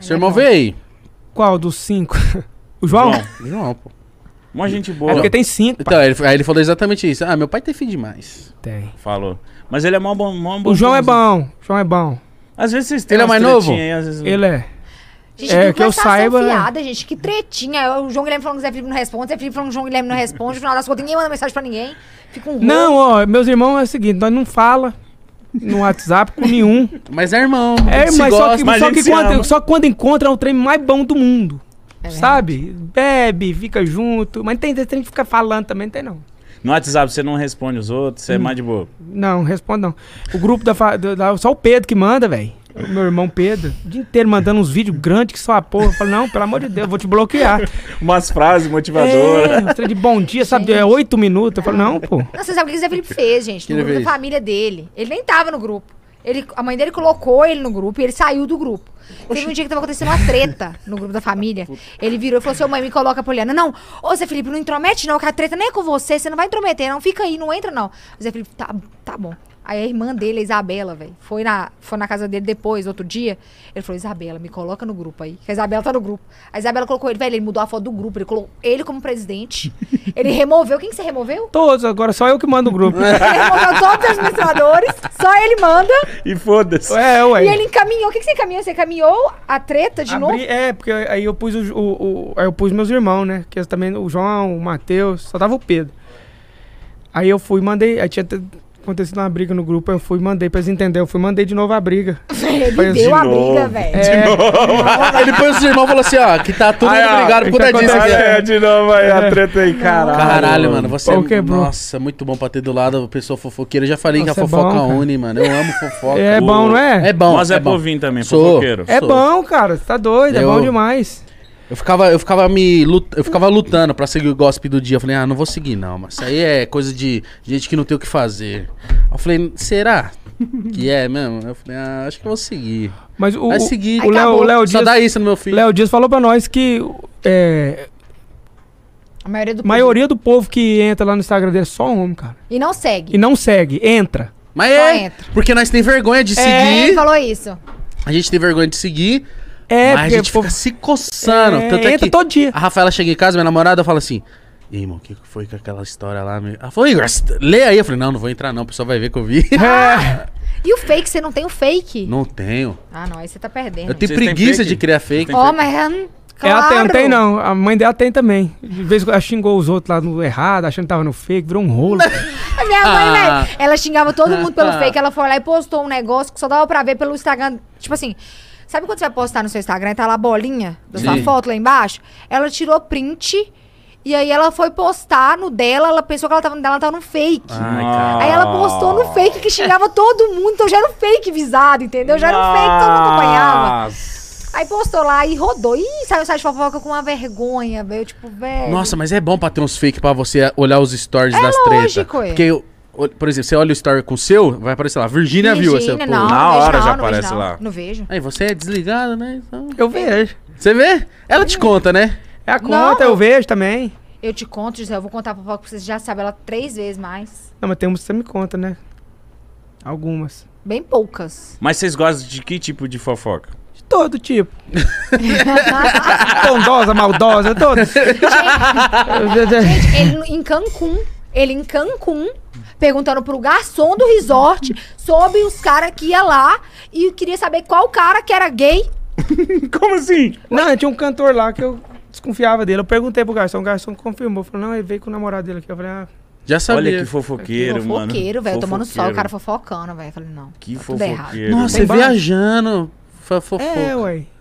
Seu é irmão veio aí. Qual dos cinco? O João? João, pô. Uma gente boa. É porque tem cinco. Então, aí ele, aí ele falou exatamente isso. Ah, meu pai teve demais. Tem. Falou. Mas ele é mó bom. Mó bom O João é bom. O João é bom. Às vezes vocês têm Ele é umas mais novo? tretinhas aí, às vezes não. Ele é. Gente, É, é, que eu saiba, né? Fiada, gente, que tretinha. É, O João Guilherme falando que o Zé Felipe não responde, o Zé Felipe falando que o João Guilherme não responde. No final das contas, ninguém manda mensagem pra ninguém. Fica um rolo. Não, ó, meus irmãos é o seguinte, nós não fala no WhatsApp com nenhum. Mas é irmão. É, eles se mas só que, gostam. mas só a gente que se ama. É quando, só quando encontra é o trem mais bom do mundo. verdade. sabe? Bebe, fica junto. Mas tem tem trem que fica falando também, não tem não. No WhatsApp você não responde os outros, você é mais de boa. Não, responde não. O grupo da, fa- da- da- Só o Pedro que manda, velho. O Meu irmão Pedro, o dia inteiro mandando uns vídeos grandes que só a porra. Eu falo, não, pelo amor de Deus, eu vou te bloquear. Umas frases É, motivadoras. um trem de bom dia, sabe? É oito minutos. Eu falo, não, pô. Não, você sabe o que o Zé Felipe fez, gente? Que No ele grupo da fez? família dele. Ele nem tava no grupo. Ele, a mãe dele colocou ele no grupo e ele saiu do grupo. Teve um dia que tava acontecendo uma treta no grupo da família. Ele virou e falou assim: "Ô, mãe, me coloca a Poliana. Não, ô Zé Felipe, não intromete não, que a treta nem é com você, você não vai intrometer, não. Fica aí, não entra não. O Zé Felipe, tá, tá bom. Aí a irmã dele, a Isabela, velho, foi na, foi na casa dele depois, outro dia. Ele falou: Isabela, me coloca no grupo aí. Que a Isabela tá no grupo. A Isabela colocou ele, velho, ele mudou a foto do grupo, ele colocou ele como presidente. Ele removeu. Quem que você removeu? Todos, agora só eu que mando o grupo. Ele removeu todos os administradores, só ele manda. E foda-se. É, ué. E ele encaminhou. O que, que você encaminhou? Você encaminhou a treta de Abri- novo? É, porque aí eu pus o, Ju- o- o- aí eu pus meus irmãos, né? Que eles também, o João, o Matheus, só tava o Pedro. Aí eu fui, mandei, aí tinha te- acontecido uma briga no grupo, eu fui, mandei pra eles entenderem, eu fui, mandei de novo a briga. Ele Foi deu de a novo. briga, velho. É, Ele põe os irmãos e falou assim, ó, que tá tudo Aí, ó, obrigado por tá conta disso. acontecendo. aqui, ó. É, de novo aí a treta aí, caralho. Caralho, mano, você Pau é. quebrou. Nossa, muito bom pra ter do lado a pessoa fofoqueira. Eu já falei que Nossa, a é bom, fofoca cara. une, mano. Eu amo fofoca. é o- bom, não é? É bom. Mas é, é bom. povinho também, Sou. fofoqueiro. É sou. bom, cara, você tá doido, é Eu- bom demais. Eu ficava, eu ficava me lut- eu ficava lutando pra seguir o gossip do dia. Eu falei, ah, não vou seguir não, mas isso aí é coisa de gente que não tem o que fazer. Eu falei, será que é mesmo? Eu falei, ah, acho que eu vou seguir. Mas o, Vai o- seguir. o Léo, o Léo Só Dias, dá isso no meu filho. Léo Dias falou pra nós que é, A maioria do a maioria do povo que entra lá no Instagram dele é só homem, cara. E não segue. E não segue, entra. Mas Só é, entra. porque nós tem vergonha de É, seguir. ele falou isso. A gente tem vergonha de seguir, então- mas É, a porque gente o povo fica se coçando. É, Tanto é entra que todo dia. A Rafaela chega em casa, minha namorada, fala assim... Ih, irmão, o que foi com aquela história lá? meu?" Ela falou, Igor, lê aí. Eu falei, não, não vou entrar não, o pessoal vai ver que eu vi. É. E o fake? Você não tem o fake? não tenho. Ah, não. Aí você tá perdendo. Eu tenho Vocês têm preguiça fake? de criar fake. Tem Ó, fake? mas... hum, Ah, Ela tem, claro. não tem não. A mãe dela tem também. De vez em quando ela xingou os outros lá no errado, achando que tava no fake, virou um rolo. A Minha mãe, Ah. velho, ela xingava todo mundo pelo Ah. fake. Ela foi lá e postou um negócio que só dava pra ver pelo Instagram. Tipo assim, sabe quando você vai postar no seu Instagram e tá lá a bolinha da sua Sim. foto lá embaixo? Ela tirou print e aí ela foi postar no dela. Ela pensou que ela tava no dela, ela tava no fake. Ai, Ah. cara. Aí ela postou no fake que xingava todo mundo. Então já era um fake visado, entendeu? Já era um fake, todo mundo acompanhava. Nossa. Aí postou lá e rodou. Ih, saiu o site de fofoca com uma vergonha, velho. Tipo, velho. Nossa, mas é bom pra ter uns fake pra você olhar os stories É das tretas. lógico, é. Porque, eu- o- por exemplo, você olha o story com o seu, vai aparecer lá, Virgínia viu essa Virgínia, porra. não, Na não vejo hora já não, não vejo aparece não. lá. Não vejo. Aí você é desligado, né? Então- Eu vejo. Você vê? Ela te conta, né? É a conta, eu vejo também. Eu te conto, José, eu vou contar a fofoca pra vocês, já sabem ela três vezes mais. Não, mas tem umas que você me conta, né? Algumas. Bem poucas. Mas vocês gostam de que tipo de fofoca? De todo tipo. Bondosa, maldosa, todas. Gente, ele no- em Cancún, ele em Cancún, perguntando pro garçom do resort sobre os caras que ia lá e queria saber qual cara que era gay. Como assim? não, tinha um cantor lá que eu desconfiava dele. Eu perguntei pro garçom, o garçom confirmou. Falou, não, ele veio com o namorado dele aqui. Eu falei, ah, Já sabia. Olha que fofoqueiro, mano. Fofoqueiro, velho, tomando sol, o Fofoqueiro. cara fofocando, velho. Eu Falei, não. Que tá tudo errado. fofoqueiro. Nossa, Tem você vários. viajando. Fofo. é, ué.